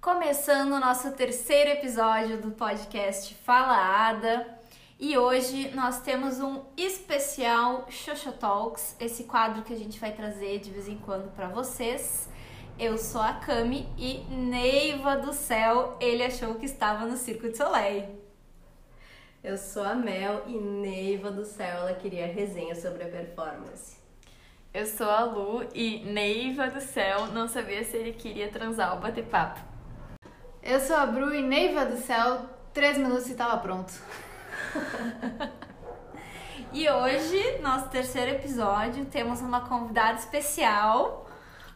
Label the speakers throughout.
Speaker 1: começando o nosso terceiro episódio do podcast Fala Ada. E hoje nós temos um especial Xoxo Talks, esse quadro que a gente vai trazer de vez em quando para vocês. Eu sou a Cami e Neiva do céu, ele achou que estava no Circo de Soleil.
Speaker 2: Eu sou a Mel e Neiva do céu, ela queria resenha sobre a performance.
Speaker 3: Eu sou a Lu e Neiva do céu não sabia se ele queria transar ou bater papo.
Speaker 4: Eu sou a Bru e Neiva do céu, três minutos e tava pronto.
Speaker 1: E hoje, nosso terceiro episódio, temos uma convidada especial.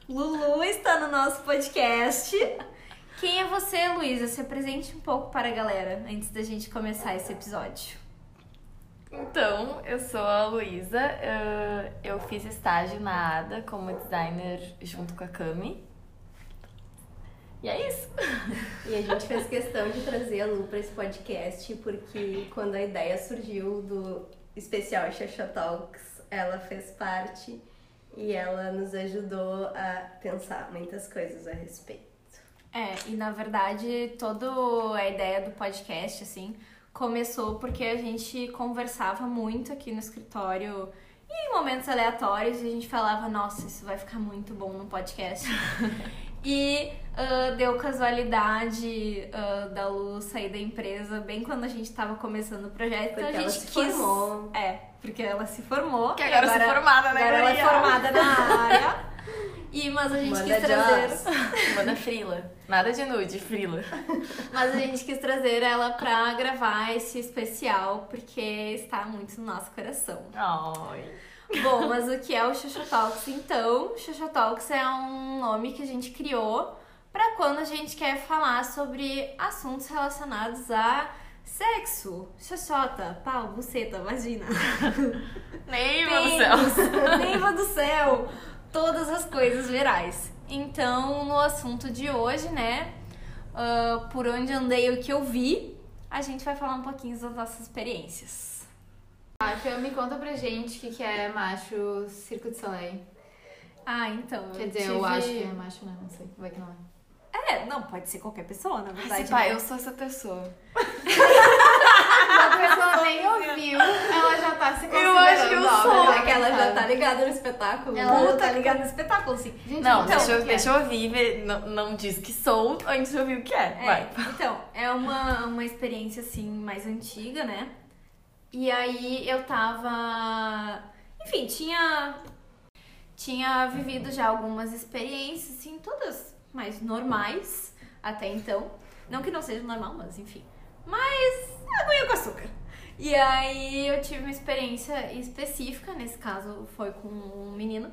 Speaker 1: Lulu está no nosso podcast. Quem é você, Luísa? Se apresente um pouco para a galera antes da gente começar esse episódio.
Speaker 3: Então, eu sou a Luísa, ah, eu fiz estágio na ADA como designer junto com a Cami. E é isso.
Speaker 2: E a gente fez questão de trazer a Lu para esse podcast, porque quando a ideia surgiu do especial Xaxa Talks, ela fez parte e ela nos ajudou a pensar muitas coisas a respeito.
Speaker 1: É, e na verdade, toda a ideia do podcast, assim, começou porque a gente conversava muito aqui no escritório e em momentos aleatórios e a gente falava, nossa, isso vai ficar muito bom no podcast. e ah, deu casualidade ah, da Lu sair da empresa bem quando a gente tava começando o projeto. então
Speaker 2: Porque
Speaker 1: a
Speaker 2: ela
Speaker 1: gente
Speaker 2: se
Speaker 1: quis.
Speaker 2: formou.
Speaker 1: É, porque ela se formou.
Speaker 3: Porque
Speaker 1: e
Speaker 3: agora, eu sou formada, né,
Speaker 1: agora ela é
Speaker 3: guria?
Speaker 1: formada na área. E, mas a gente
Speaker 2: Manda
Speaker 1: quis trazer.
Speaker 2: jobs.
Speaker 3: Manda frila. Nada de nude, frila.
Speaker 1: Mas a gente quis trazer ela pra gravar esse especial, porque está muito no nosso coração.
Speaker 3: Ai.
Speaker 1: Bom, mas o que é o Xuxa Talks então? Xuxa Talks é um nome que a gente criou pra quando a gente quer falar sobre assuntos relacionados a sexo, xoxota, pau, buceta, vagina,
Speaker 3: Neiva do céu.
Speaker 1: pênis, neiva do céu, todas as coisas gerais. Então, no assunto de hoje, né, ah, por onde andei e o que eu vi, a gente vai falar um pouquinho das nossas experiências.
Speaker 4: Macho, me conta pra gente o que, que é macho Circo de Soleil.
Speaker 1: Ah, então,
Speaker 4: Quer dizer, eu
Speaker 1: tive-
Speaker 4: acho que é macho, né? Não sei, vai que não é.
Speaker 1: É, não, pode ser qualquer pessoa, na verdade.
Speaker 3: Ai, se
Speaker 1: né?
Speaker 3: pá, eu sou essa pessoa.
Speaker 4: A pessoa nem ouviu, ela já tá se considerando
Speaker 3: Eu acho que eu sou.
Speaker 4: obra,
Speaker 2: É que ela já
Speaker 4: sabe?
Speaker 2: tá ligada no espetáculo.
Speaker 1: Ela
Speaker 2: Lu.
Speaker 1: tá ligada no espetáculo, sim.
Speaker 4: Gente,
Speaker 3: Não,
Speaker 4: então,
Speaker 3: deixa,
Speaker 4: o
Speaker 3: eu,
Speaker 4: que
Speaker 3: deixa eu ouvir, ver- não, não diz que sou antes de ouvir o que é.
Speaker 1: É,
Speaker 3: Vai.
Speaker 1: então, é uma, uma experiência, assim, mais antiga, né? E aí eu tava... Enfim, tinha... Tinha vivido já algumas experiências, assim, todas mais normais até então. Não que não seja normal, mas enfim. Mas aguinha com açúcar. E aí eu tive uma experiência específica, nesse caso foi com um menino.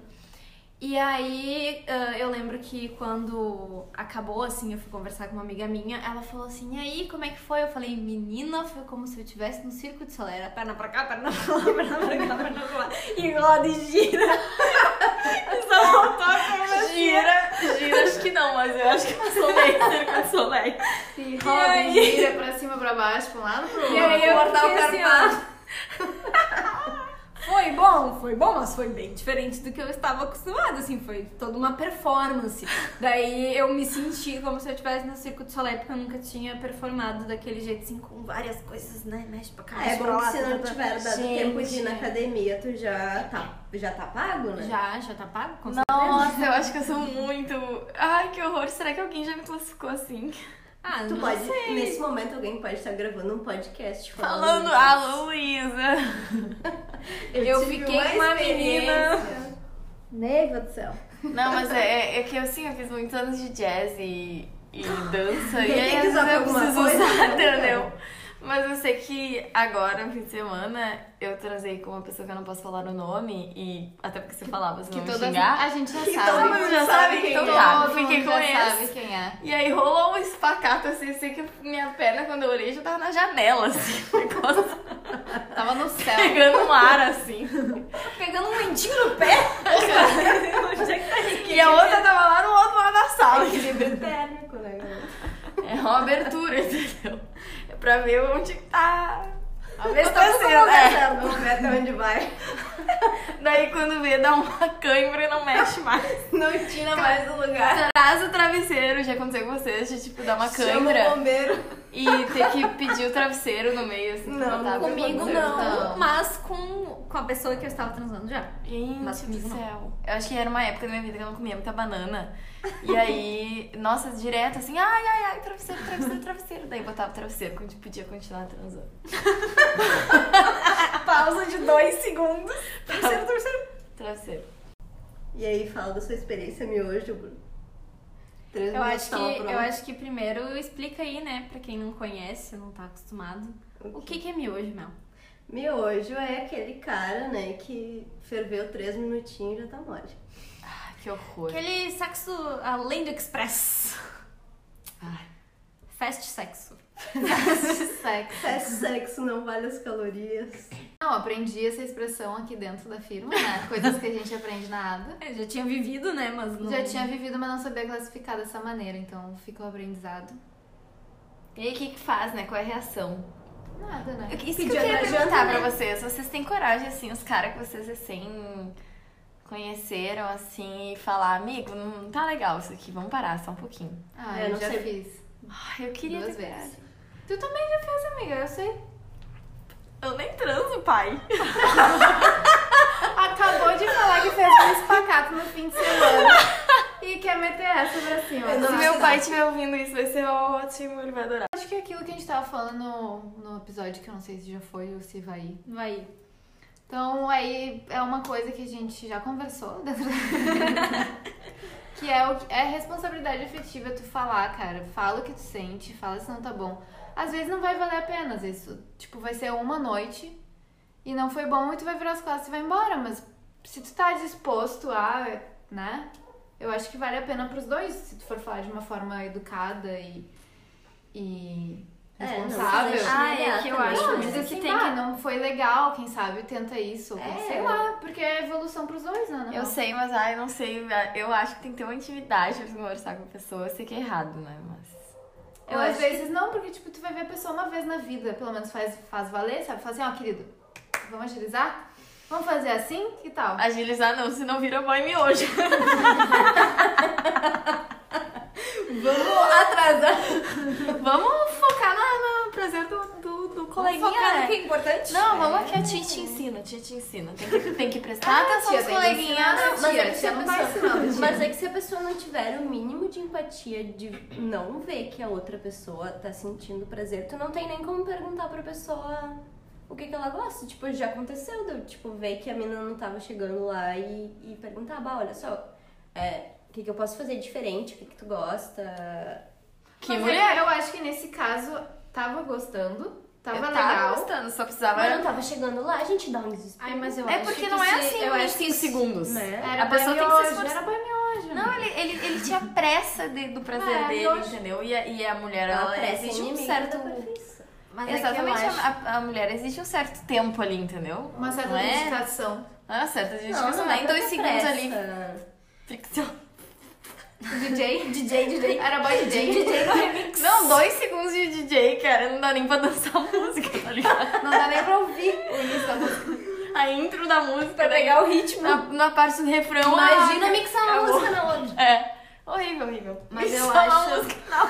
Speaker 1: E aí, ah, eu lembro que quando acabou, assim, eu fui conversar com uma amiga minha, ela falou assim, e aí, como é que foi? Eu falei, menina, foi como se eu estivesse no circo de Soleil, era perna pra cá, perna pra lá, perna pra cá, perna pra lá, e roda e gira. E só voltou a
Speaker 3: então,
Speaker 1: conversinha.
Speaker 3: Gira, gira, acho que não, mas eu acho que eu sou meio cerca de soleil.
Speaker 4: Se
Speaker 1: E
Speaker 4: roda
Speaker 1: aí?
Speaker 4: e gira pra cima, pra baixo, pra um lado, pro outro.
Speaker 1: E aí, eu
Speaker 2: Cortar o
Speaker 1: fiquei assim,
Speaker 2: carpado.
Speaker 1: Foi bom, foi bom, mas foi bem diferente do que eu estava acostumada, assim, foi toda uma performance. Daí eu me senti como se eu estivesse no Circo de Soleil, porque eu nunca tinha performado daquele jeito, assim, com várias coisas, né, mexe pra cá,
Speaker 2: É
Speaker 1: mexe pra
Speaker 2: bom que
Speaker 1: lá,
Speaker 2: se não
Speaker 1: tá, tá,
Speaker 2: tiver dado
Speaker 1: Gente,
Speaker 2: tempo de ir na academia, tu já tá, já tá pago, né?
Speaker 1: Já, já tá pago? Com
Speaker 3: Nossa, eu acho que eu sou muito. Ai, que horror. Será que alguém já me classificou assim?
Speaker 1: Ah,
Speaker 2: Tu
Speaker 1: não
Speaker 2: pode,
Speaker 1: sei.
Speaker 2: nesse momento, alguém pode estar gravando um podcast
Speaker 3: Falando, ah,
Speaker 2: falando.
Speaker 3: a Luísa.
Speaker 1: Eu,
Speaker 2: tive
Speaker 1: fiquei com uma menina...
Speaker 2: Neiva do céu.
Speaker 3: Não, mas é, é que eu, assim, eu fiz muitos anos de jazz e, e dança. e
Speaker 2: Tem
Speaker 3: aí,
Speaker 2: é que
Speaker 3: às vezes,
Speaker 2: usar pra
Speaker 3: eu
Speaker 2: alguma
Speaker 3: preciso
Speaker 2: coisa,
Speaker 3: usar,
Speaker 2: né?
Speaker 3: entendeu? Mas eu sei que agora, no fim de semana, eu transei com uma pessoa que eu não posso falar o nome. E até porque você falava, você
Speaker 4: Que
Speaker 3: não me
Speaker 4: todas
Speaker 3: xingar.
Speaker 4: a gente já
Speaker 2: Que
Speaker 4: sabe.
Speaker 2: todo mundo já sabe quem
Speaker 3: então
Speaker 2: é.
Speaker 3: tá,
Speaker 4: Todo
Speaker 3: fiquei
Speaker 4: mundo
Speaker 3: com
Speaker 4: já
Speaker 3: esse.
Speaker 4: sabe quem é.
Speaker 3: E aí rolou um espacato assim, sei que minha perna, quando eu olhei, já tava na janela, assim, o negócio
Speaker 4: Tava no céu.
Speaker 3: pegando um ar assim.
Speaker 1: Pegando um mentinho no pé.
Speaker 2: é
Speaker 3: E a outra tava lá no outro lado da sala.
Speaker 2: Equilíbrio térmico, né?
Speaker 3: É uma abertura, entendeu? É pra ver onde tá.
Speaker 2: Vamos ver até onde vai.
Speaker 3: Daí quando vê, dá uma cãibra e não mexe mais.
Speaker 2: Não tira mais do lugar.
Speaker 3: Traz o travesseiro, já aconteceu com vocês, de tipo, dar uma
Speaker 2: Chama
Speaker 3: cãibra
Speaker 2: o bombeiro.
Speaker 3: e ter que pedir o travesseiro no meio, assim,
Speaker 2: Não,
Speaker 3: pra botar.
Speaker 1: Comigo
Speaker 2: Não.
Speaker 1: não, mas com, com a pessoa que eu estava transando já. Mas
Speaker 3: Gente do
Speaker 1: comigo não.
Speaker 3: céu. Eu acho que era uma época da minha vida que eu não comia muita banana. E aí, nossa, direto assim, ai, ai, ai, travesseiro, travesseiro, travesseiro. Daí botava o travesseiro quando podia continuar transando.
Speaker 1: Pausa de dois segundos. Terceiro, terceiro.
Speaker 3: Travesseiro.
Speaker 2: E aí, fala da sua experiência miojo, Bruno. Três
Speaker 1: Eu
Speaker 2: minutos
Speaker 1: acho,
Speaker 2: tava
Speaker 1: que,
Speaker 2: pronto.
Speaker 1: eu acho que primeiro explica aí, né, pra quem não conhece, não tá acostumado. O que, que é miojo, Mel?
Speaker 2: Miojo é aquele cara, né, que ferveu três minutinhos e já tá mole.
Speaker 3: Ai, que horror.
Speaker 1: Aquele sexo além do express.
Speaker 3: Ai.
Speaker 1: Fast sexo.
Speaker 4: Sexo.
Speaker 2: É sexo, não vale as calorias.
Speaker 4: Não, aprendi essa expressão aqui dentro da firma, né? Coisas que a gente aprende na ADA.
Speaker 1: Eu já tinha vivido, né, mas não...
Speaker 3: Uhum.
Speaker 4: Já tinha vivido, mas não sabia classificar dessa maneira, então fica o aprendizado.
Speaker 3: E aí, o que que faz, né? Qual é a reação?
Speaker 4: Nada, né?
Speaker 3: Eu- Isso que eu
Speaker 2: Pedir
Speaker 3: queria
Speaker 2: na janta,
Speaker 3: perguntar
Speaker 2: né?
Speaker 3: pra vocês. Vocês têm coragem, assim, os caras que vocês recém conheceram, assim, e falar, amigo, não tá legal isso aqui, vamos parar só um pouquinho.
Speaker 4: Ah,
Speaker 2: É,
Speaker 4: eu
Speaker 2: não
Speaker 4: já
Speaker 2: sei.
Speaker 4: fiz.
Speaker 3: Ai, eu queria
Speaker 4: Duas
Speaker 3: ter
Speaker 4: vezes.
Speaker 3: coragem.
Speaker 4: Tu também já fez, amiga, eu sei.
Speaker 3: Eu nem transo, pai.
Speaker 4: Acabou de falar que fez um espacato no fim de semana. E quer meter essa pra cima.
Speaker 2: Eu não
Speaker 3: Se
Speaker 4: Nossa.
Speaker 3: meu pai estiver ouvindo isso, vai ser ótimo, ele vai adorar.
Speaker 4: Acho que aquilo que a gente tava falando no, no episódio, que eu não sei se já foi ou se vai ir.
Speaker 1: Vai.
Speaker 4: Então, aí é uma coisa que a gente já conversou dentro da- Que é, o, que- é responsabilidade afetiva tu falar, cara. Fala o que tu sente, fala se não tá bom. Às vezes não vai valer a pena, às vezes, tu- tipo, vai ser uma noite e não foi bom e tu vai virar as costas e vai embora. Mas se tu tá disposto a, né? Eu acho que vale a pena pros dois, se tu for falar de uma forma educada e. e
Speaker 2: É, não,
Speaker 4: responsável.
Speaker 2: se deixa
Speaker 1: Ah, é que eu acho.
Speaker 4: Não,
Speaker 2: né?
Speaker 4: dizer que
Speaker 1: Sim,
Speaker 4: tem
Speaker 1: vai.
Speaker 4: que não foi legal, quem sabe tenta isso, ou
Speaker 2: É.
Speaker 4: sei lá, porque é evolução pros dois, né?
Speaker 3: Eu sei, mas ai, não sei. Eu acho que tem que ter uma intimidade pra você conversar com a pessoa. Eu sei que é errado, né? Mas.
Speaker 4: Ou
Speaker 1: eu
Speaker 4: às
Speaker 1: acho
Speaker 4: vezes não, porque tipo, tu vai ver a pessoa uma vez na vida, pelo menos faz, faz valer, sabe? Fala assim, ó, querido, vamos agilizar? Vamos fazer assim? Que tal?
Speaker 3: Ah, Agilizar não, senão vira boy miojo.
Speaker 2: Vamos atrasar.
Speaker 3: Vamos focar na- no, prazer do, do, do coleguinha,
Speaker 1: focar no
Speaker 3: né?
Speaker 1: que é importante.
Speaker 3: Não, vamos aqui, a tia te ensina, a tia te ensina. Tem que, tem Ah, que prestar atenção
Speaker 4: Ah, tá, tia,
Speaker 3: nos
Speaker 4: tem que ensinar,
Speaker 3: coleguinhas.
Speaker 4: né?
Speaker 2: Mas é,
Speaker 4: Tia,
Speaker 2: que se a
Speaker 4: tia não vai
Speaker 2: pessoa-
Speaker 4: ensinar, tia.
Speaker 2: mas é que se a pessoa não tiver o mínimo de empatia de não ver que a outra pessoa tá sentindo prazer, tu não tem nem como perguntar pra pessoa o que, que ela gosta. Tipo, já aconteceu, de eu, tipo, ver que a mina não tava chegando lá e, e perguntar, bah, olha só, é, o que, que eu posso fazer diferente, o que, que tu gosta.
Speaker 3: Que
Speaker 4: Mas é,
Speaker 3: mulher.
Speaker 4: eu, eu acho que nesse caso tava gostando, tava
Speaker 3: Eu
Speaker 4: legal.
Speaker 3: gostando, só
Speaker 2: Mas
Speaker 3: precisava.
Speaker 2: não tava chegando lá, a gente dá um desespero.
Speaker 1: Ai, é, mas eu
Speaker 3: É
Speaker 1: acho
Speaker 3: porque
Speaker 1: que
Speaker 3: não é
Speaker 1: se-
Speaker 3: assim,
Speaker 1: eu acho que
Speaker 3: em segundos.
Speaker 2: Né?
Speaker 4: Era
Speaker 3: A pessoa tem que se
Speaker 4: banhojo,
Speaker 3: esforçar.
Speaker 4: Era banhojo.
Speaker 3: Não, é ele, ele, ele tinha pressa de- do prazer
Speaker 4: É,
Speaker 3: dele,
Speaker 4: eu acho-
Speaker 3: entendeu? E a, e a mulher,
Speaker 2: Ela
Speaker 3: ela,
Speaker 2: parece
Speaker 3: exige um
Speaker 2: inimiga
Speaker 3: certo.
Speaker 2: da perfeição.
Speaker 1: Mas
Speaker 3: Exatamente,
Speaker 1: é que eu acho...
Speaker 3: a, a mulher exige um certo tempo ali, entendeu?
Speaker 4: Uma certa
Speaker 3: não é?
Speaker 4: dedicação.
Speaker 3: Não é certa dedicação, não, não é em dois segundos ali. Fricção.
Speaker 4: DJ?
Speaker 1: DJ, DJ.
Speaker 4: Era boy DJ?
Speaker 1: DJ no remix.
Speaker 3: Não, dois segundos de DJ, cara, não dá nem pra dançar a música, tá ligado?
Speaker 4: Não dá nem pra ouvir o início da música.
Speaker 3: A intro da música.
Speaker 1: Pra
Speaker 3: daí-
Speaker 1: pegar o ritmo.
Speaker 3: Na, na parte do refrão.
Speaker 2: Imagina
Speaker 3: ah,
Speaker 2: mixar uma
Speaker 3: acabou.
Speaker 2: música na outra.
Speaker 3: É. Horrível, horrível.
Speaker 1: Mas eu
Speaker 3: Só uma
Speaker 1: acho-
Speaker 3: música na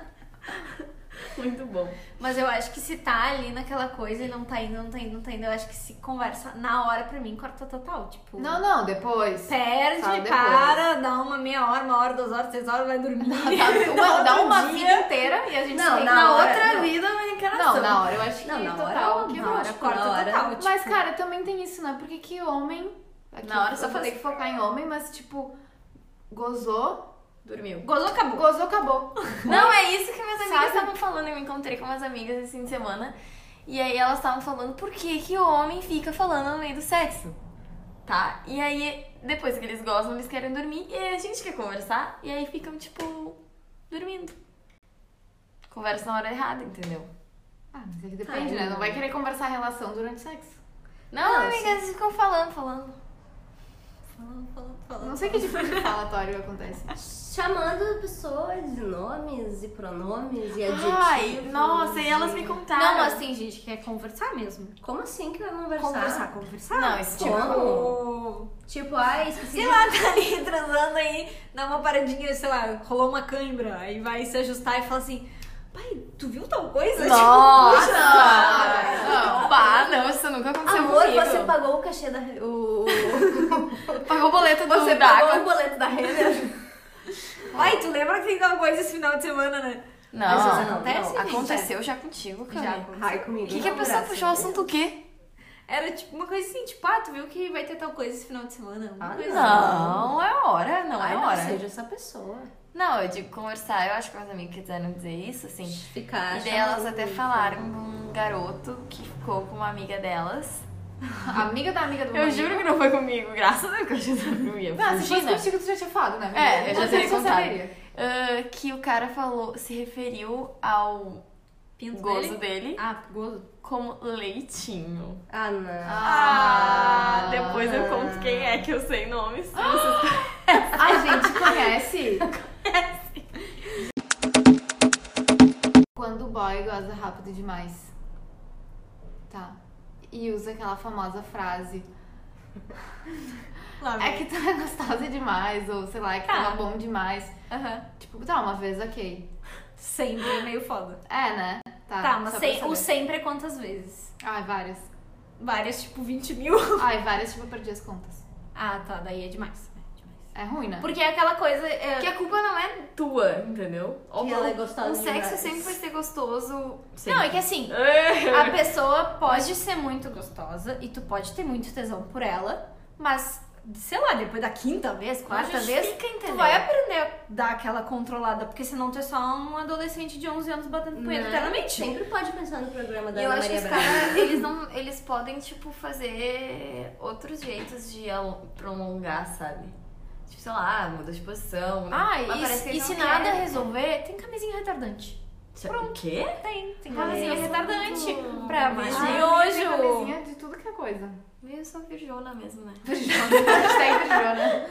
Speaker 3: outra. Muito bom.
Speaker 1: Mas eu acho que se tá ali naquela coisa e não tá indo, não tá indo, não tá indo, eu acho que se conversa na hora pra mim, corta total. Tipo,
Speaker 4: Não, não, depois.
Speaker 1: perde,
Speaker 4: Fala depois.
Speaker 1: para, dá uma meia hora, uma hora, duas horas, três horas, vai dormir.
Speaker 4: Dá Tá, uma, dá uma
Speaker 1: Outro
Speaker 4: vida inteira e a gente
Speaker 2: Não,
Speaker 4: segue
Speaker 2: na
Speaker 4: na
Speaker 2: hora,
Speaker 4: outra.
Speaker 2: não.
Speaker 1: vida, mas encaração.
Speaker 4: Não, na hora é eu acho que
Speaker 2: Não, na hora,
Speaker 4: total.
Speaker 2: não,
Speaker 4: que
Speaker 2: na
Speaker 4: bom.
Speaker 2: hora,
Speaker 1: é corta
Speaker 2: na hora,
Speaker 1: total.
Speaker 4: Mas,
Speaker 1: tipo,
Speaker 4: cara, também tem isso, né? Porque que homem. Aqui,
Speaker 3: Na hora eu só
Speaker 4: eu falei
Speaker 3: falei.
Speaker 4: que focar em homem, mas tipo, gozou.
Speaker 3: Dormiu.
Speaker 1: gozou, acabou.
Speaker 4: Gozou, acabou.
Speaker 3: Não, é isso que minhas amigas
Speaker 4: Sabe?
Speaker 3: estavam falando. Eu me encontrei com umas amigas esse fim de semana. E aí elas estavam falando por que, que o homem fica falando no meio do sexo. Tá? E aí, depois que eles gozam, eles querem dormir. E aí a gente quer conversar. E aí ficam, tipo, dormindo. Conversa na hora errada, entendeu?
Speaker 4: Ah, mas é que depende,
Speaker 2: Ah,
Speaker 4: né? Não vai querer conversar a relação durante o sexo.
Speaker 3: Não,
Speaker 2: Ah,
Speaker 3: amigas, eles ficam falando, falando.
Speaker 1: falando, falando, falando.
Speaker 4: Não sei que tipo de falatório acontece.
Speaker 2: Chamando pessoas de nomes e pronomes e adjetivos.
Speaker 3: Ai, nossa, e elas me contaram.
Speaker 1: Não, mas tem gente que quer conversar mesmo.
Speaker 2: Como assim que vai conversar?
Speaker 1: Conversar, conversar.
Speaker 3: Não, esse tipo.
Speaker 2: Como? Tipo, ai, esqueci.
Speaker 1: Sei lá, tá ali transando aí, dá uma paradinha, sei lá, rolou uma cãibra, aí vai se ajustar e fala assim, pai, tu viu tal coisa?
Speaker 3: Nossa!
Speaker 2: Ah,
Speaker 1: Tipo,
Speaker 3: Não, pá, não, isso nunca
Speaker 1: é
Speaker 3: aconteceu
Speaker 2: Amor,
Speaker 3: comigo.
Speaker 2: você pagou o cachê da. O...
Speaker 3: pagou o boleto do
Speaker 2: Você
Speaker 3: da
Speaker 2: pagou
Speaker 3: água.
Speaker 2: o boleto da né? renda?
Speaker 1: "Puxa, pai, tu lembra que tem tal coisa esse final de semana, né?
Speaker 2: Às vezes
Speaker 3: Não,
Speaker 2: acontece, gente,
Speaker 3: aconteceu já contigo, cara.
Speaker 2: Ai, comigo.
Speaker 3: O que, que a
Speaker 2: não, assim.
Speaker 3: pessoa
Speaker 2: graças
Speaker 3: puxou o
Speaker 2: a Deus.
Speaker 3: assunto o quê?
Speaker 1: Era tipo uma coisa assim, tipo, ah, tu viu que vai ter tal coisa esse final de semana? Uma
Speaker 2: Ah,
Speaker 1: coisa assim.
Speaker 3: Não, é hora, não
Speaker 2: Ai,
Speaker 3: é
Speaker 2: não
Speaker 3: hora.
Speaker 2: seja essa pessoa.
Speaker 3: Não, eu digo conversar, eu acho que meus amigos quiseram dizer isso, assim.
Speaker 2: Ficar.
Speaker 3: E daí elas até
Speaker 2: chamando.
Speaker 3: falaram de um garoto que ficou com uma amiga delas.
Speaker 4: Amiga da amiga do
Speaker 3: Eu juro que não foi comigo, graças a Deus que eu juro que não assim, ia.
Speaker 4: Não, se fosse
Speaker 3: Imagina.
Speaker 4: contigo, tu já tinha falado, né? amiga?
Speaker 3: É, eu já
Speaker 4: Não
Speaker 3: tinha
Speaker 4: sei se eu
Speaker 3: contado.
Speaker 4: saberia.
Speaker 3: Ah, que o cara falou, se referiu ao
Speaker 1: Pinto
Speaker 3: gozo
Speaker 1: dele?
Speaker 3: dele
Speaker 1: Ah, gozo.
Speaker 3: como leitinho.
Speaker 2: Ah, não.
Speaker 3: Ah, depois eu conto quem é que eu sei nomes.
Speaker 4: A gente conhece. Quando o boy goza rápido demais. Tá. E usa aquela famosa frase.
Speaker 1: Lá,
Speaker 4: É que tu é gostosa demais, ou sei lá, é que tu
Speaker 1: Ah.
Speaker 4: é bom demais.
Speaker 1: Aham.
Speaker 4: Tipo, tá, uma vez ok.
Speaker 1: Sempre é meio foda.
Speaker 4: É, né? Tá,
Speaker 1: Tá, mas
Speaker 4: só pra
Speaker 1: sem,
Speaker 4: saber.
Speaker 1: o sempre é quantas vezes?
Speaker 4: Ai, várias.
Speaker 1: Várias, tipo 20 mil.
Speaker 4: Ai, várias, tipo, eu perdi as contas.
Speaker 1: Ah, tá, daí é demais. É demais.
Speaker 4: É ruim, né?
Speaker 1: Porque é aquela coisa. é- tá,
Speaker 3: Porque a culpa não é tua, entendeu?
Speaker 2: Que ela é gostosa
Speaker 3: o sexo
Speaker 2: demais.
Speaker 3: sempre vai ser gostoso.
Speaker 1: Não, é que assim,
Speaker 3: É.
Speaker 1: a pessoa pode ser muito gostosa e tu pode ter muito tesão por ela, mas, sei lá, depois da quinta vez, quarta vez,
Speaker 3: justifica,
Speaker 1: tu
Speaker 3: entendeu?
Speaker 1: vai aprender a dar aquela controlada, porque senão tu é só um adolescente de 11 anos batendo punheta
Speaker 2: Né?
Speaker 1: eternamente.
Speaker 2: Sempre pode pensar no programa da
Speaker 3: E eu
Speaker 2: Ana
Speaker 3: acho que
Speaker 2: Maria
Speaker 3: os
Speaker 2: Braga.
Speaker 3: caras, eles não. Eles podem, tipo, fazer outros jeitos de al- prolongar, sabe? Tipo, sei lá, muda de posição. né?
Speaker 1: Ah,
Speaker 3: Mas parece que
Speaker 1: e, e
Speaker 3: eles
Speaker 1: se
Speaker 3: não
Speaker 1: nada
Speaker 3: querem.
Speaker 1: resolver, tem camisinha retardante.
Speaker 3: O quê?
Speaker 1: Tem, tem
Speaker 2: Ai,
Speaker 1: camisinha
Speaker 2: eu sou
Speaker 1: retardante
Speaker 2: muito-
Speaker 1: pra
Speaker 3: Ai,
Speaker 4: tem
Speaker 1: miojo.
Speaker 4: camisinha de tudo que é coisa.
Speaker 3: Meio só virjona mesmo, né?
Speaker 4: Virjona. Hashtag virjona.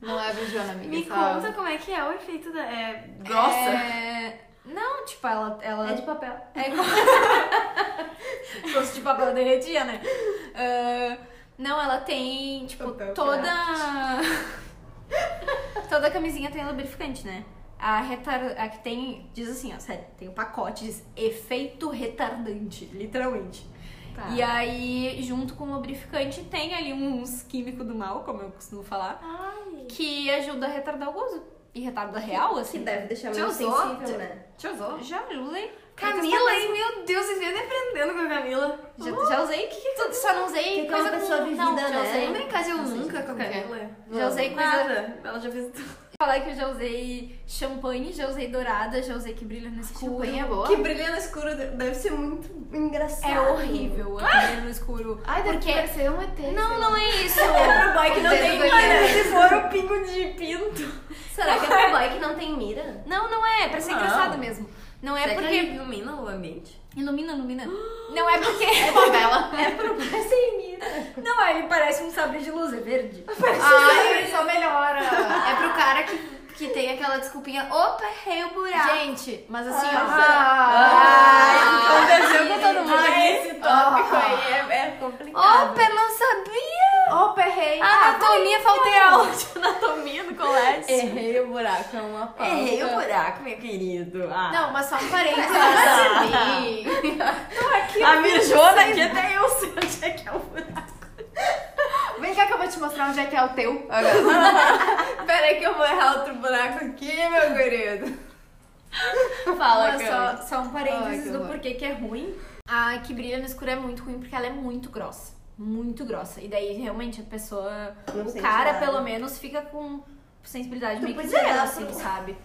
Speaker 4: Não é virjona, amiga.
Speaker 3: Me
Speaker 4: só-
Speaker 3: conta como é que é o efeito da. É grossa?
Speaker 1: É, Não, tipo, ela. ela...
Speaker 2: É de papel.
Speaker 1: É igual. Se fosse de papel derretia, né? Ah, não, ela tem, tipo,
Speaker 2: Papel
Speaker 1: toda. toda camisinha tem lubrificante, né? A, retar... a que tem. Diz assim, ó, sério, tem um pacote, diz efeito retardante, literalmente.
Speaker 3: Tá.
Speaker 1: E aí, junto com o lubrificante, tem ali uns químicos do mal, como eu costumo falar, que ajuda a retardar o gozo. E retarda real,
Speaker 2: Que
Speaker 1: assim.
Speaker 2: deve deixar
Speaker 1: Te
Speaker 2: muito
Speaker 1: usou?
Speaker 2: sensível, né?
Speaker 1: Já usou? Já usei.
Speaker 3: é Camila, hein? Meu Deus, vocês vêm aprendendo com a Camila.
Speaker 1: Já, já usei? Que, que, tu- só não usei
Speaker 2: Que que é uma
Speaker 1: coisa
Speaker 2: pessoa
Speaker 1: com... não,
Speaker 2: vivida,
Speaker 1: já
Speaker 2: né?
Speaker 1: usei.
Speaker 3: Vamos brincar de eu nunca com a
Speaker 4: quer.
Speaker 3: Camila.
Speaker 1: Já usei coisa...
Speaker 3: Nada. Ela já fez tudo.
Speaker 1: Falar que eu já usei champanhe, já usei dourada, já usei que brilha no escuro.
Speaker 4: Champanhe é boa?
Speaker 2: Que brilha no escuro deve ser muito engraçado.
Speaker 1: É horrível a brilha no escuro.
Speaker 4: Ai, deve
Speaker 1: Porque-
Speaker 4: parecer um ET. sei
Speaker 1: Não,
Speaker 4: lá.
Speaker 1: não é isso.
Speaker 2: É pro boy que não
Speaker 4: Dedo
Speaker 2: tem
Speaker 4: do
Speaker 2: mira.
Speaker 1: se for o pingo de pinto.
Speaker 2: Será que é pro boy que não tem mira?
Speaker 1: Não, não é. Pra ser
Speaker 3: Não.
Speaker 1: engraçado mesmo. Não é porque...
Speaker 3: ilumina o ambiente?
Speaker 1: Ilumina, ilumina. Não é porque...
Speaker 4: É favela.
Speaker 2: É pro boy sem mira.
Speaker 1: Não, ele parece um sabre de luz, é verde.
Speaker 4: Ai, só melhora.
Speaker 3: É pro cara que, que tem aquela desculpinha. Opa, errei o buraco.
Speaker 1: Gente, mas assim,
Speaker 4: um
Speaker 1: é, então
Speaker 4: Ah,
Speaker 3: Aconteceu com todo mundo
Speaker 2: Esse tópico aí é, é complicado.
Speaker 3: Opa, não sabia!
Speaker 4: Opa, errei.
Speaker 3: Ah, anatomia, faltei aula de anatomia no colégio.
Speaker 2: Errei o buraco, é uma pauta.
Speaker 3: Errei o buraco, meu querido. Ah.
Speaker 1: Não, mas só um parênteses.
Speaker 4: Ah,
Speaker 3: a mijona aqui até eu sei onde é que é o buraco.
Speaker 4: Vem cá que eu vou te mostrar onde é que é o teu.
Speaker 2: Pera aí que eu vou errar outro buraco aqui, meu querido.
Speaker 1: Fala,
Speaker 4: Cami.
Speaker 1: só, só um
Speaker 4: Ai,
Speaker 1: parênteses
Speaker 4: que
Speaker 1: do
Speaker 4: horror.
Speaker 1: porquê que é ruim. A que brilha no escuro é muito ruim porque ela é muito grossa. Muito grossa. E daí, realmente, a pessoa...
Speaker 2: Não
Speaker 1: o
Speaker 2: sente
Speaker 1: cara,
Speaker 2: nada.
Speaker 1: pelo menos, fica com sensibilidade
Speaker 2: Tu
Speaker 1: meio que
Speaker 2: podia
Speaker 1: zero,
Speaker 2: dar
Speaker 1: assim,
Speaker 2: pro-
Speaker 1: sabe?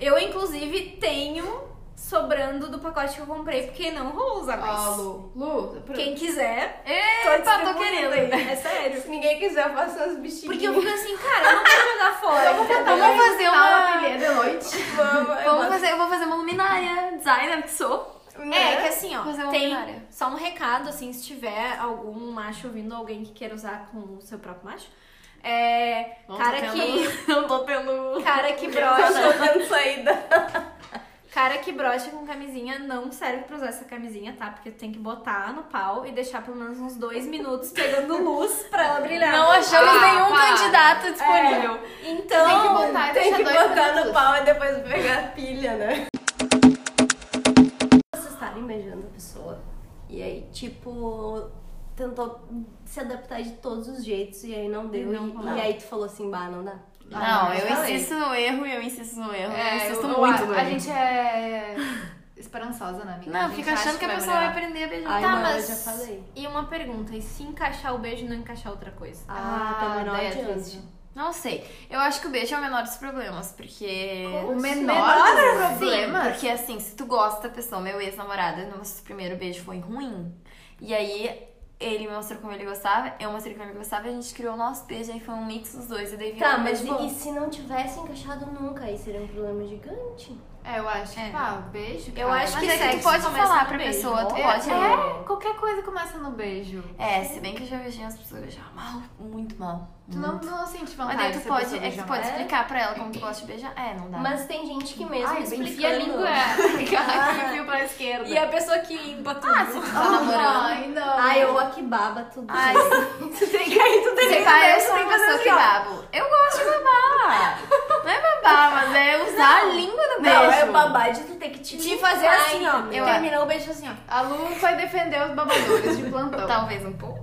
Speaker 1: Eu, inclusive, tenho sobrando do pacote que eu comprei porque não vou usar mais.
Speaker 4: Ó, Lu. Lu, pro-
Speaker 1: Quem quiser,
Speaker 3: Epa, tô
Speaker 1: distribuindo
Speaker 3: querendo.
Speaker 1: aí. É sério.
Speaker 2: Se ninguém quiser, eu faço as bichinhas.
Speaker 1: Porque eu fico assim, cara, eu não vou jogar fora. Então,
Speaker 2: é?
Speaker 1: entendeu?
Speaker 4: Vamos fazer
Speaker 3: Tá,
Speaker 4: uma um
Speaker 3: uma pilha
Speaker 4: de noite.
Speaker 2: Vamos, né? eu
Speaker 3: Vamos fazer, eu vou fazer uma luminária, designer que sou.
Speaker 1: É, que assim, ó,
Speaker 3: Fazer uma
Speaker 1: tem
Speaker 3: culinária.
Speaker 1: só um recado, assim, se tiver algum macho ouvindo, alguém que queira usar com o seu próprio macho, é,
Speaker 3: Não tô
Speaker 1: cara
Speaker 2: tá
Speaker 3: tendo-
Speaker 1: que,
Speaker 3: Não tô tendo.
Speaker 1: cara que brocha,
Speaker 2: Dando saída.
Speaker 1: cara que brocha com camisinha não serve pra usar essa camisinha, tá? Porque tem que botar no pau e deixar pelo menos uns dois minutos pegando luz pra ela brilhar.
Speaker 3: Não achamos
Speaker 4: Ah,
Speaker 3: nenhum
Speaker 4: para.
Speaker 3: candidato disponível.
Speaker 1: Então,
Speaker 4: Tem que botar e
Speaker 2: Tem
Speaker 4: deixar
Speaker 2: que
Speaker 4: dois
Speaker 2: botar no
Speaker 4: minutos.
Speaker 1: é
Speaker 2: pau e depois pegar a pilha, né? Vocês estarem beijando a pessoa e aí, tipo, tentou se adaptar de todos os jeitos e aí não deu.
Speaker 1: Não
Speaker 2: e,
Speaker 1: rolou.
Speaker 2: e aí tu falou assim, bah, não dá.
Speaker 3: Não,
Speaker 4: mas
Speaker 3: eu
Speaker 4: falei.
Speaker 3: insisto no erro e eu insisto no erro. eu
Speaker 4: É,
Speaker 3: insisto
Speaker 4: eu- eu-
Speaker 3: muito no
Speaker 4: a, a
Speaker 3: erro.
Speaker 4: gente é esperançosa, né, amiga? A
Speaker 3: Não,
Speaker 4: gente
Speaker 3: fica
Speaker 4: acha
Speaker 3: achando que a
Speaker 4: vai
Speaker 3: pessoa vai
Speaker 4: melhorar.
Speaker 3: aprender a beijar.
Speaker 2: Ai,
Speaker 1: tá,
Speaker 2: mano,
Speaker 1: mas...
Speaker 2: eu já falei.
Speaker 1: E uma pergunta, e se encaixar o beijo e não encaixar outra coisa?
Speaker 2: Ah, também não
Speaker 4: daí é
Speaker 2: adianta.
Speaker 4: triste.
Speaker 3: Não sei. Eu acho que o beijo é o menor dos problemas, porque.
Speaker 4: O
Speaker 2: assim?
Speaker 3: Sim,
Speaker 4: menor dos
Speaker 3: Sim,
Speaker 4: problemas?
Speaker 3: porque assim, se tu gosta da pessoa, meu ex-namorado, nosso primeiro beijo foi ruim. E aí ele me mostrou como ele gostava, eu mostrei como ele gostava e a gente criou o nosso beijo, aí foi um mix dos dois. E daí virou
Speaker 2: Tá,
Speaker 3: um
Speaker 2: mas
Speaker 3: beijo
Speaker 2: e,
Speaker 3: bom.
Speaker 2: e se não tivesse encaixado nunca? Aí seria um problema gigante.
Speaker 4: É, eu acho.
Speaker 1: É.
Speaker 4: Pá, um beijo.
Speaker 1: Eu
Speaker 4: cara.
Speaker 1: acho
Speaker 3: Mas
Speaker 1: que
Speaker 3: é que tu
Speaker 1: sexo
Speaker 3: pode
Speaker 1: começa
Speaker 3: falar
Speaker 1: no
Speaker 3: pra
Speaker 1: beijo.
Speaker 3: pessoa, tu
Speaker 4: É,
Speaker 3: pode. né?
Speaker 4: é, qualquer coisa começa no beijo.
Speaker 3: É, se bem que eu já beijei as pessoas beijar mal, muito mal.
Speaker 4: Tu não, não sente vontade
Speaker 3: Mas daí tu
Speaker 4: se a
Speaker 3: pode,
Speaker 4: pessoa
Speaker 3: é que
Speaker 4: beijar
Speaker 3: tu pode
Speaker 4: mais.
Speaker 3: explicar pra ela como tu gosta de beijar. É, não dá.
Speaker 2: Mas tem gente que mesmo
Speaker 4: Ai, bem,
Speaker 2: explicando...
Speaker 4: enfia a
Speaker 3: né?
Speaker 4: língua. Aqui, fio pra esquerda.
Speaker 1: E a pessoa que limpa tudo. Ah, se
Speaker 3: tá namorando.
Speaker 4: Ai, não.
Speaker 2: Ai, eu aquibaba tudo.
Speaker 3: Ai,
Speaker 1: tem
Speaker 3: Você
Speaker 1: que
Speaker 3: parece
Speaker 1: fazer
Speaker 3: uma
Speaker 1: assim,
Speaker 3: pessoa que
Speaker 1: ó.
Speaker 3: babo. Eu gosto de babar. Não é babar, mas é usar a língua do beijo.
Speaker 2: não, é babá de tu ter que te,
Speaker 1: Te fazer
Speaker 2: limpar
Speaker 1: assim, ó.
Speaker 2: ainda.
Speaker 3: Eu
Speaker 1: terminou o beijo assim, ó.
Speaker 4: A Lu foi defender os babadores de plantão.
Speaker 3: Talvez um pouco.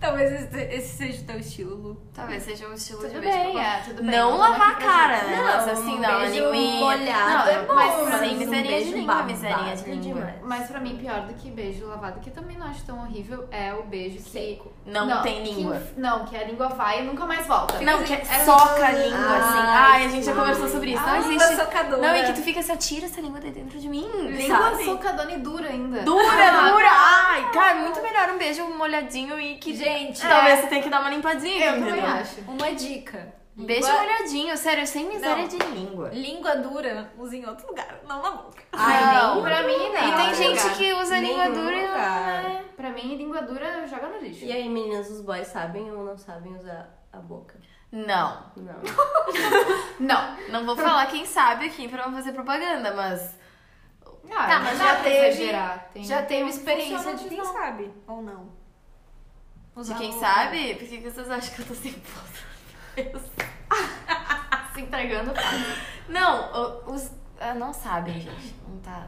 Speaker 1: Talvez esse, esse seja o teu estilo, Lu.
Speaker 3: Talvez seja um estilo de
Speaker 4: Tudo
Speaker 3: beijo. que
Speaker 4: bem,
Speaker 3: eu gosto.
Speaker 4: é, tudo bem.
Speaker 3: Não
Speaker 4: Vamos
Speaker 3: lavar a
Speaker 4: aqui pra
Speaker 3: cara,
Speaker 4: gente.
Speaker 3: né? mas assim, não, a
Speaker 2: beijo
Speaker 3: linguinha.
Speaker 2: molhado
Speaker 3: não,
Speaker 2: é bom,
Speaker 3: mas
Speaker 2: mas
Speaker 3: sim,
Speaker 2: um
Speaker 3: miserinha de
Speaker 2: beijo
Speaker 3: língua, miserinha de
Speaker 2: babado
Speaker 3: língua.
Speaker 2: demais.
Speaker 4: Mas pra mim, pior do que beijo lavado, que eu também não acho tão horrível, é o beijo que...
Speaker 2: Seco.
Speaker 3: Não, tem
Speaker 4: que
Speaker 3: língua.
Speaker 4: enf- não, que a língua vai e nunca mais volta.
Speaker 3: Não,
Speaker 4: Fica
Speaker 3: que
Speaker 4: assim, é-
Speaker 3: soca a língua, assim.
Speaker 2: Ai,
Speaker 3: Ai, a gente já conversou sobre isso. Não existe.
Speaker 1: socadora.
Speaker 3: Não, e que tu fica assim, ó, tira essa língua de dentro de mim.
Speaker 4: Língua
Speaker 3: sabe?
Speaker 4: socadona e dura ainda.
Speaker 3: Dura, dura! Ai, cara, muito melhor um beijo molhadinho e que.
Speaker 1: Gente,
Speaker 3: Talvez você tenha que dar uma limpadinha,
Speaker 4: Eu também
Speaker 3: entendeu?
Speaker 4: acho.
Speaker 1: uma dica.
Speaker 3: Beijo
Speaker 1: Língua-
Speaker 3: molhadinho, sério, sem miséria
Speaker 1: Não.
Speaker 3: de língua.
Speaker 1: Língua dura, usa em outro lugar, não na boca.
Speaker 2: Ai,
Speaker 4: Não,
Speaker 2: nem
Speaker 4: pra mim não.
Speaker 3: E tem
Speaker 4: Não,
Speaker 3: gente
Speaker 4: cara.
Speaker 3: que usa
Speaker 2: Nem
Speaker 3: língua dura e
Speaker 2: lugar.
Speaker 3: não é.
Speaker 4: Pra mim, língua dura joga no lixo.
Speaker 2: E aí, meninas, os boys sabem ou não sabem usar a boca?
Speaker 3: Não,
Speaker 2: Não.
Speaker 4: Não.
Speaker 3: não vou falar quem sabe aqui pra não fazer propaganda, mas.
Speaker 4: Ah,
Speaker 1: Tá, mas
Speaker 4: dá
Speaker 1: já
Speaker 4: pra
Speaker 1: teve-
Speaker 4: exagerar. Tem-
Speaker 1: Já teve experiência
Speaker 4: funciona
Speaker 1: de
Speaker 4: de
Speaker 1: quem
Speaker 4: não.
Speaker 1: sabe. Ou não.
Speaker 3: De
Speaker 1: Usar
Speaker 3: quem
Speaker 1: o-
Speaker 3: sabe, por que que vocês acham que eu tô sem ponta?
Speaker 4: Se entregando, pá.
Speaker 3: Não, o- os. ah, Não sabem, gente. Não tá.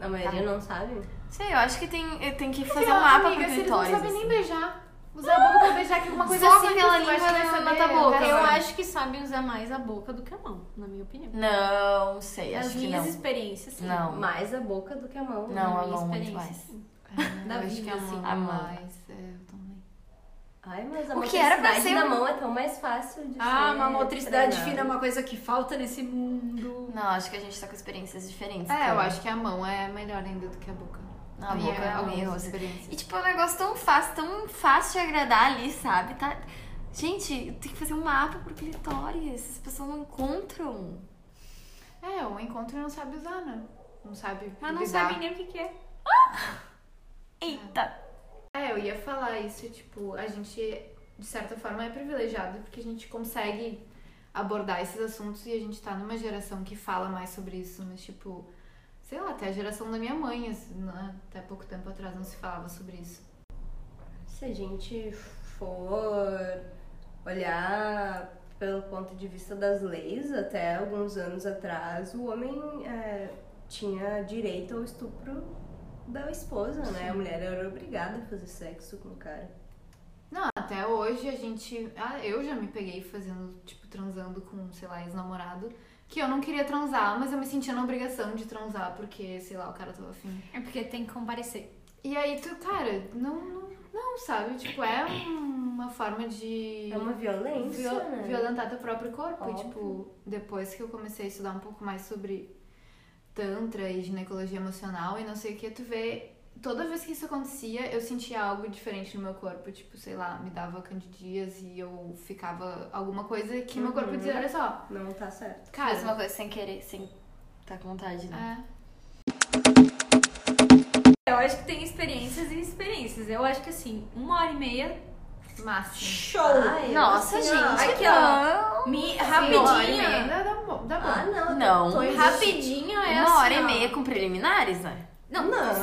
Speaker 2: A maioria não sabe?
Speaker 3: Sei, eu acho que tem, eu tenho que fazer um
Speaker 4: Aquela
Speaker 3: mapa
Speaker 4: amiga,
Speaker 3: com
Speaker 4: se eles não
Speaker 3: clitóris. assim.
Speaker 4: sabem nem beijar. Usar a boca pra beijar, que alguma coisa
Speaker 3: Soca
Speaker 4: simples,
Speaker 3: aquela
Speaker 4: tu acha
Speaker 3: língua
Speaker 4: que é vai
Speaker 3: na-
Speaker 4: saber,
Speaker 3: mata a boca.
Speaker 4: vai
Speaker 1: é Eu
Speaker 4: saber.
Speaker 1: acho que sabem usar mais a boca do que a mão, na minha opinião.
Speaker 3: Não, sei,
Speaker 1: As
Speaker 3: acho que
Speaker 1: minhas
Speaker 3: não.
Speaker 1: experiências, sim.
Speaker 3: Não.
Speaker 2: Mais a boca do que a mão.
Speaker 3: Não,
Speaker 1: na
Speaker 3: a
Speaker 1: minha
Speaker 3: mão muito
Speaker 1: experiência,
Speaker 3: mais.
Speaker 1: sim.
Speaker 4: Ah,
Speaker 1: Da
Speaker 4: eu acho
Speaker 1: vida,
Speaker 4: que a mão
Speaker 1: assim.
Speaker 3: A mão.
Speaker 4: mais, é, eu também.
Speaker 2: Ai, mas a
Speaker 3: O que era pra
Speaker 2: motricidade
Speaker 3: ser
Speaker 2: da
Speaker 3: um-
Speaker 2: mão é tão mais fácil de
Speaker 1: Ah,
Speaker 2: ser
Speaker 1: uma motricidade
Speaker 2: treinada.
Speaker 1: fina é uma coisa que falta nesse mundo.
Speaker 3: Não, acho que a gente tá com experiências diferentes.
Speaker 4: É, eu
Speaker 3: cara.
Speaker 4: acho que a mão é melhor ainda do que a boca.
Speaker 3: Na boca é um erro. assim.
Speaker 4: experiência.
Speaker 3: E tipo, é um negócio tão fácil, tão fácil de agradar ali, sabe? Tá... Gente, tem que fazer um mapa pro clitóris. As pessoas não
Speaker 1: um.
Speaker 3: encontram.
Speaker 4: É, o encontro não sabe usar, né? Não sabe.
Speaker 1: Mas Ah, não
Speaker 4: lidar.
Speaker 1: sabem nem o que, que é.
Speaker 3: Eita!
Speaker 4: É, eu ia falar isso, tipo, a gente, de certa forma, é privilegiado porque a gente consegue abordar esses assuntos e a gente tá numa geração que fala mais sobre isso, mas tipo, sei lá, até a geração da minha mãe, assim, né? até pouco tempo atrás não se falava sobre isso.
Speaker 2: Se a gente for olhar pelo ponto de vista das leis, até alguns anos atrás, o homem é, tinha direito ao estupro da esposa, né? A mulher era obrigada a fazer sexo com o cara.
Speaker 4: Não, Ah, até hoje a gente. Ah, eu já me peguei fazendo, tipo, transando com, sei lá, ex-namorado. Que eu não queria transar, mas eu me sentia na obrigação de transar, porque, sei lá, o cara tava afim.
Speaker 1: É porque tem que comparecer.
Speaker 4: E aí tu, cara, não, não, não sabe? Tipo, é uma forma de
Speaker 2: É uma violência,
Speaker 4: viol-
Speaker 2: né?
Speaker 4: violentar teu próprio corpo. E,
Speaker 2: Óbvio.
Speaker 4: tipo, depois que eu comecei a estudar um pouco mais sobre tantra e ginecologia emocional e não sei o que, tu vê. Toda vez que isso acontecia, eu sentia algo diferente no meu corpo. Tipo, sei lá, me dava candidias e eu ficava alguma coisa que meu
Speaker 2: Uhum.
Speaker 4: corpo dizia, olha só,
Speaker 2: Não tá certo.
Speaker 4: cara,
Speaker 3: Faz uma coisa sem querer, sem tá com vontade,
Speaker 4: é.
Speaker 3: né?
Speaker 1: Eu acho que tem experiências e experiências. Eu acho que assim, uma hora e meia,
Speaker 4: Máximo.
Speaker 1: show!
Speaker 2: Ai,
Speaker 3: Nossa,
Speaker 2: assim, ó,
Speaker 3: gente,
Speaker 1: aqui, ó.
Speaker 3: não.
Speaker 1: Me,
Speaker 4: Uma hora e meia
Speaker 1: rapidinha.
Speaker 4: Ainda dá bom. Dá bom.
Speaker 2: Ah, não.
Speaker 3: Não.
Speaker 2: tô exigindo-
Speaker 1: Rapidinha é assim.
Speaker 3: Uma hora e
Speaker 1: ó.
Speaker 3: meia com preliminares, né?
Speaker 2: Não,
Speaker 4: tudo,
Speaker 2: não,
Speaker 4: meu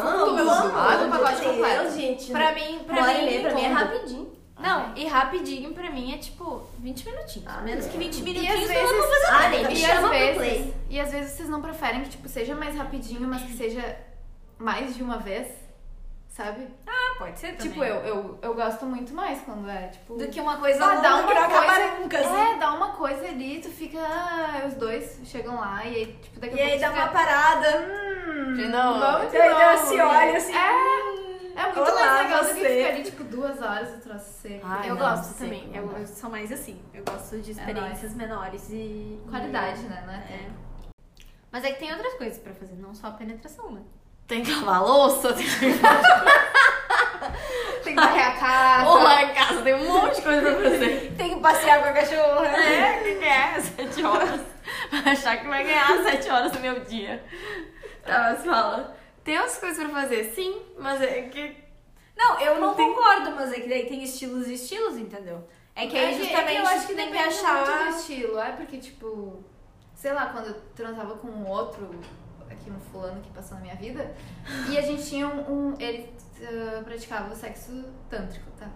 Speaker 2: não.
Speaker 4: Deus. Ah, do pacote completo.
Speaker 2: gente.
Speaker 1: Pra mim, pra
Speaker 2: uma hora
Speaker 1: mim,
Speaker 2: e meia pra mim é
Speaker 1: tudo.
Speaker 2: rapidinho.
Speaker 1: Não, e rapidinho pra mim é tipo 20 minutinhos.
Speaker 2: Ah,
Speaker 1: Menos que 20
Speaker 4: E às
Speaker 1: minutinhos eu não vou
Speaker 4: vezes.
Speaker 2: Ah, nem me
Speaker 4: E às
Speaker 2: chama pro
Speaker 4: vezes,
Speaker 2: play.
Speaker 4: e às vezes vocês não preferem que tipo, seja mais rapidinho, mas que seja mais de uma vez, sabe?
Speaker 1: Ah, pode ser também.
Speaker 4: Tipo, eu, eu, eu gosto muito mais quando é, tipo...
Speaker 1: Do que uma coisa
Speaker 4: Ah, dá
Speaker 1: longa
Speaker 4: uma
Speaker 1: que não
Speaker 4: coisa-
Speaker 1: acaba nunca, assim.
Speaker 4: É, dá uma coisa ali, tu fica... Ah, os dois chegam lá e aí, tipo, daqui
Speaker 1: E
Speaker 4: a pouco...
Speaker 1: aí dá
Speaker 4: tu fica,
Speaker 1: uma parada. hum,
Speaker 3: De novo.
Speaker 4: Vamos de
Speaker 1: E aí
Speaker 4: novo.
Speaker 1: ela se olha assim,
Speaker 4: né?
Speaker 1: hum,
Speaker 4: É, é muito
Speaker 1: "Olá,
Speaker 4: mais legal do que
Speaker 1: você."
Speaker 4: ficar ali, tipo, duas horas e troço seco.
Speaker 3: Ai,
Speaker 1: eu
Speaker 3: não,
Speaker 1: gosto
Speaker 3: sei
Speaker 1: também.
Speaker 3: como
Speaker 1: Eu,
Speaker 3: é.
Speaker 1: eu sou mais assim. Eu gosto de experiências menores e.
Speaker 4: Qualidade, né? Não é
Speaker 1: e-
Speaker 4: tempo.
Speaker 1: é. Mas é que tem outras coisas pra fazer, não só a penetração, né?
Speaker 3: Tem que lavar a louça, tem que
Speaker 4: Tem que varrer a
Speaker 1: Ah,
Speaker 4: casa.
Speaker 3: arrumar a casa, tem um monte de coisa pra fazer.
Speaker 1: Tem que passear com a cachorra, né?
Speaker 3: É, o que que é? Sete horas. Vai achar que vai ganhar sete horas do meu dia. Tá, mas fala. Tem umas coisas pra fazer, sim, mas é que.
Speaker 1: Não, eu não concordo, mas é que daí tem estilos e estilos, entendeu? É que aí
Speaker 4: É que- é que
Speaker 1: justamente
Speaker 4: eu acho que
Speaker 1: tem que
Speaker 4: depende muito
Speaker 1: achar.
Speaker 4: do estilo, é porque tipo, sei lá, quando eu transava com um outro aqui um fulano que passou na minha vida, e a gente tinha um, um- ele eh, praticava o sexo tântrico, tá?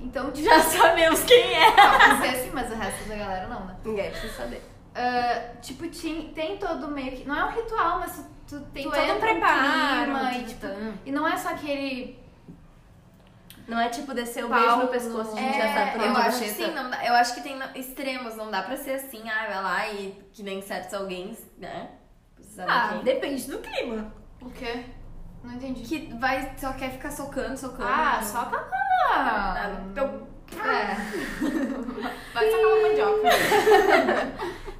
Speaker 4: Então, tipo,
Speaker 3: Já sabemos quem é.
Speaker 4: você assim, mas o resto da galera não, né?
Speaker 2: Ninguém precisa saber.
Speaker 4: Ah, tipo, tinha, tem todo meio que. Não é um ritual, mas tu, tu
Speaker 1: Tem
Speaker 4: tem todo
Speaker 1: todo
Speaker 4: um
Speaker 1: um preparo, tá
Speaker 4: clima e
Speaker 1: tudo
Speaker 4: tipo.
Speaker 1: tanto.
Speaker 4: E não é só aquele.
Speaker 2: Não é tipo descer o
Speaker 4: Pau
Speaker 2: beijo no
Speaker 4: no-
Speaker 2: pescoço, a gente já sabe por
Speaker 3: É, eu
Speaker 2: onde
Speaker 3: acho que
Speaker 2: você
Speaker 3: sim,
Speaker 2: tá.
Speaker 3: não dá- eu acho que tem no- extremos, não dá pra ser assim, ah, vai lá e que nem certos alguém, né? Sabe
Speaker 1: Ah,
Speaker 2: é.
Speaker 3: quem?
Speaker 1: depende do clima.
Speaker 4: O quê? Não entendi.
Speaker 3: Que vai, só quer ficar socando, socando.
Speaker 4: Ah, só
Speaker 3: Ah,
Speaker 4: calma!
Speaker 3: então
Speaker 4: É. Vai sacar uma mandioca.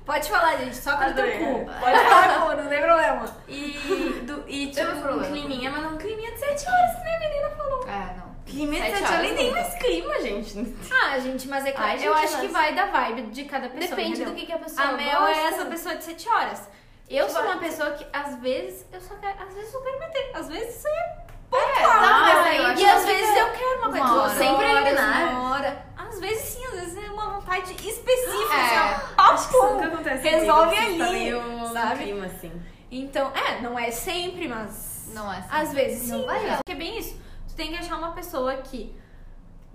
Speaker 1: Pode falar, gente, só com o teu
Speaker 3: Adorei.
Speaker 1: cu. Pode falar com, não tem problema.
Speaker 3: E, do, e tipo,
Speaker 4: não
Speaker 3: um
Speaker 4: problema.
Speaker 3: climinha, mas não um climinha de 7 horas,
Speaker 1: né,
Speaker 3: que nem a menina falou.
Speaker 4: É, não.
Speaker 3: Climinha de
Speaker 4: Sete
Speaker 3: 7 horas nem
Speaker 4: horas né?
Speaker 3: tem
Speaker 4: nunca.
Speaker 3: mais clima, gente.
Speaker 1: Ah, gente, mas é que
Speaker 3: Ai,
Speaker 1: eu
Speaker 3: gente,
Speaker 1: acho que
Speaker 3: mas-
Speaker 1: vai da vibe de cada pessoa.
Speaker 2: Depende
Speaker 1: entendeu?
Speaker 2: do que, que a pessoa
Speaker 1: A Mel é
Speaker 2: gosta.
Speaker 1: essa pessoa de 7 horas. Eu sou
Speaker 2: vai-
Speaker 1: uma pessoa que às vezes eu só quero, às vezes eu quero meter, às vezes isso aí é
Speaker 4: não,
Speaker 1: pontual.
Speaker 4: mas
Speaker 1: né?
Speaker 4: aí Ah, eu acho
Speaker 1: e
Speaker 4: que
Speaker 1: às
Speaker 4: não
Speaker 1: vezes
Speaker 4: fica
Speaker 1: eu quero uma coisa
Speaker 4: uma hora.
Speaker 1: sem preliminar.
Speaker 3: Uma
Speaker 1: hora. Às vezes sim, às vezes é uma vontade específica,
Speaker 4: É.
Speaker 1: assim, ó, pau, pum.
Speaker 3: acontece
Speaker 1: resolve
Speaker 3: comigo,
Speaker 1: ali,
Speaker 3: tá meio um
Speaker 1: sabe?
Speaker 3: clima, assim.
Speaker 1: Então, é, não é sempre, mas
Speaker 4: Não é assim.
Speaker 1: às vezes
Speaker 4: Não
Speaker 1: sim.
Speaker 4: vai
Speaker 1: Porque é bem isso. Tu tem que achar uma pessoa que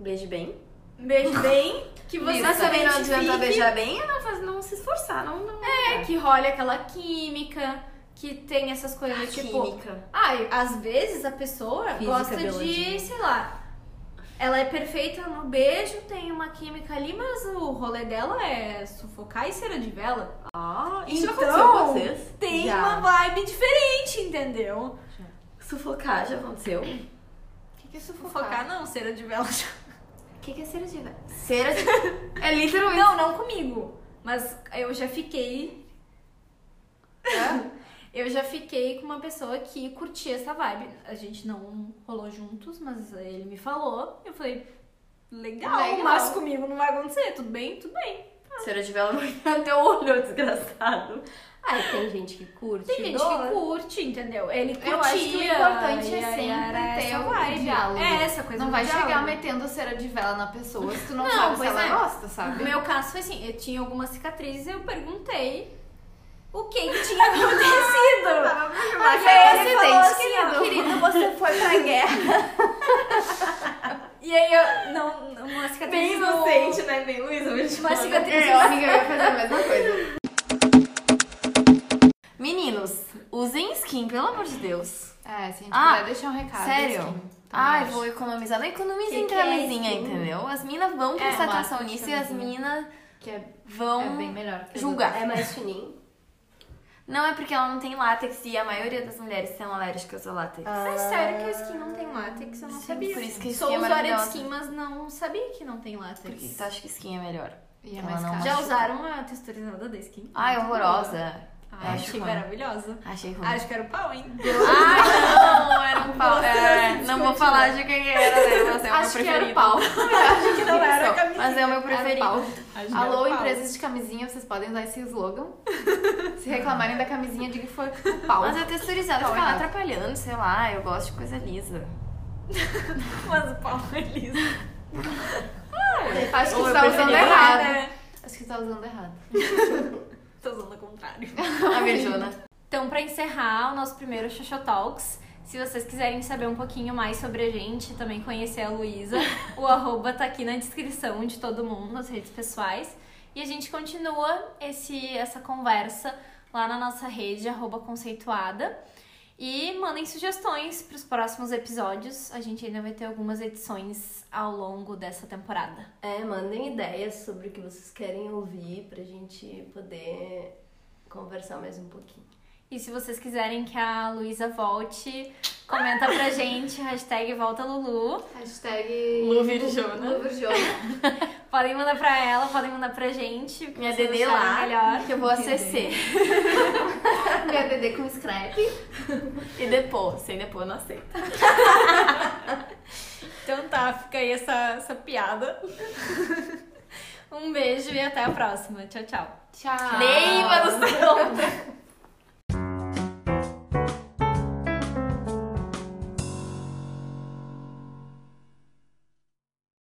Speaker 3: Beijo bem.
Speaker 1: beije bem, que você
Speaker 3: Mas também não adianta
Speaker 1: identifique.
Speaker 3: beijar bem, é não, faz, não se esforçar, não... não
Speaker 1: É, que role aquela química, que tem essas coisas, tipo...
Speaker 3: química.
Speaker 1: Ah, e às vezes a pessoa
Speaker 2: Física,
Speaker 1: gosta
Speaker 2: biologia.
Speaker 1: de, sei lá, ela é perfeita no beijo, tem uma química ali, mas o rolê dela é sufocar e cera de vela.
Speaker 3: Ah,
Speaker 1: isso já aconteceu com
Speaker 3: então, vocês?
Speaker 1: Tem
Speaker 2: Já.
Speaker 1: uma vibe diferente, entendeu?
Speaker 3: Sufocar já aconteceu.
Speaker 4: O que, que é
Speaker 1: Sufocar
Speaker 4: sufocar?
Speaker 1: não, cera de vela já.
Speaker 4: O que, que é cera de vela?
Speaker 3: Cera de...
Speaker 4: É literalmente.
Speaker 1: Não, não comigo, mas eu já fiquei. né? Eu já fiquei com uma pessoa que curtia essa vibe. A gente não rolou juntos, mas ele me falou. Eu falei, legal.
Speaker 4: Legal.
Speaker 1: mas comigo não vai acontecer. Tudo bem? Tudo bem.
Speaker 3: Cera de vela no teu olho, desgraçado.
Speaker 2: Ai, tem gente que curte.
Speaker 1: Tem gente
Speaker 2: dói.
Speaker 1: que curte, entendeu? Ele curtia.
Speaker 4: Eu acho que o importante é
Speaker 1: e aí
Speaker 4: sempre
Speaker 1: era
Speaker 4: ter
Speaker 1: essa
Speaker 4: o
Speaker 1: vibe.
Speaker 4: diálogo.
Speaker 1: É, essa coisa
Speaker 4: Não
Speaker 1: do
Speaker 4: vai chegar
Speaker 1: diálogo.
Speaker 4: metendo cera de vela na pessoa se tu não,
Speaker 1: Não,
Speaker 4: sabe se
Speaker 1: pois
Speaker 4: ela
Speaker 1: é.
Speaker 4: gosta, sabe?
Speaker 1: No meu caso foi assim, eu tinha algumas cicatrizes e eu perguntei o que, que tinha acontecido. Aí
Speaker 4: Mas é
Speaker 1: ele
Speaker 4: um
Speaker 1: falou
Speaker 4: acidente,
Speaker 1: assim, ó,
Speaker 4: querido.
Speaker 2: Querido, você foi pra guerra.
Speaker 1: e aí eu. Não, não, uma cicatriz.
Speaker 3: Bem
Speaker 1: no-
Speaker 3: inocente, né? Bem Luísa, vou te
Speaker 1: Uma
Speaker 3: falar.
Speaker 1: cicatriz.
Speaker 4: É, amiga, eu ia fazer a mesma coisa.
Speaker 3: Meninos, usem skin, pelo amor de Deus.
Speaker 4: É, se a gente
Speaker 3: Ah,
Speaker 4: puder deixar um recado. então
Speaker 3: Sério?
Speaker 4: skin,
Speaker 3: Ai,
Speaker 4: também
Speaker 3: vou economizar. Não economizem
Speaker 2: Que que é
Speaker 3: camisinha,
Speaker 2: skin?
Speaker 3: entendeu? As minas vão prestar
Speaker 4: uma
Speaker 3: atenção nisso e as
Speaker 4: camisinha.
Speaker 3: minas
Speaker 4: acho Que é,
Speaker 3: vão.
Speaker 4: é bem melhor. que as
Speaker 3: julgar.
Speaker 2: É mais fininho.
Speaker 3: Não é porque ela não tem látex e a maioria das mulheres são alérgicas ao látex.
Speaker 1: É sério que a skin não tem látex, eu não
Speaker 3: Sim,
Speaker 1: sabia.
Speaker 3: por isso que a
Speaker 1: Sou
Speaker 3: skin é
Speaker 1: usuária de
Speaker 3: maravilhosa.
Speaker 1: skin, mas não sabia que não tem
Speaker 3: Por que
Speaker 1: látex.
Speaker 3: tu acha que skin é melhor?
Speaker 4: outras. E é
Speaker 3: Ela
Speaker 4: mais
Speaker 3: não
Speaker 4: caro.
Speaker 1: Já
Speaker 3: acho-
Speaker 1: usaram a texturizada da skin?
Speaker 3: Ai, horrorosa.
Speaker 1: Ai,
Speaker 3: Ah, acho
Speaker 1: achei
Speaker 3: ruim.
Speaker 1: maravilhosa.
Speaker 3: Achei ruim.
Speaker 1: Acho que era o pau, hein?
Speaker 3: Ah, não, era um pau. É,
Speaker 1: Vocês
Speaker 3: não vou falar de quem era, né? Mas é o meu
Speaker 4: Acho que era
Speaker 3: preferido.
Speaker 4: o pau.
Speaker 1: que não era a
Speaker 3: Mas é o meu
Speaker 4: Era o
Speaker 3: preferido.
Speaker 4: pau.
Speaker 1: Acho que era
Speaker 4: Alô,
Speaker 1: o pau.
Speaker 4: empresas de camisinha, vocês podem usar esse slogan. Se reclamarem da camisinha, diga que foi o pau.
Speaker 1: é
Speaker 3: Mas a texturizada
Speaker 4: Pau é
Speaker 3: fica lá
Speaker 4: errado.
Speaker 3: atrapalhando, sei lá, eu gosto de coisa lisa.
Speaker 1: Mas o pau é liso.
Speaker 4: Acho que
Speaker 3: Ou
Speaker 4: você
Speaker 3: eu
Speaker 4: tá
Speaker 3: preferi
Speaker 4: usando
Speaker 3: não,
Speaker 4: errado.
Speaker 1: né?
Speaker 4: Acho que você tá usando errado.
Speaker 1: Tô usando o contrário.
Speaker 3: A Virjona.
Speaker 1: Então, pra encerrar o nosso primeiro Xoxo Talks, se vocês quiserem saber um pouquinho mais sobre a gente, também conhecer a Luísa, o arroba tá aqui na descrição de todo mundo, nas redes pessoais. E a gente continua esse, essa conversa lá na nossa rede, arroba conceituada. E mandem sugestões pros próximos episódios. A gente ainda vai ter algumas edições ao longo dessa temporada.
Speaker 2: É, mandem ideias sobre o que vocês querem ouvir pra gente poder conversar mais um pouquinho.
Speaker 1: E se vocês quiserem que a Luísa volte, comenta pra gente, hashtag volta Lulu.
Speaker 4: Hashtag...
Speaker 3: Lu Virjona.
Speaker 4: Lu Virjona.
Speaker 1: Podem mandar pra ela, podem mandar pra gente. o que
Speaker 3: Minha
Speaker 1: vocês
Speaker 3: DD
Speaker 1: acharem
Speaker 3: lá,
Speaker 1: Melhor.
Speaker 3: que eu vou acessar.
Speaker 4: Minha bebê com scrap.
Speaker 3: E depor, sem depor eu não aceito.
Speaker 1: Então tá, fica aí essa, essa piada. Um beijo e até a próxima. Tchau, tchau.
Speaker 3: Ah.
Speaker 4: Tchau.
Speaker 3: Leiva do céu!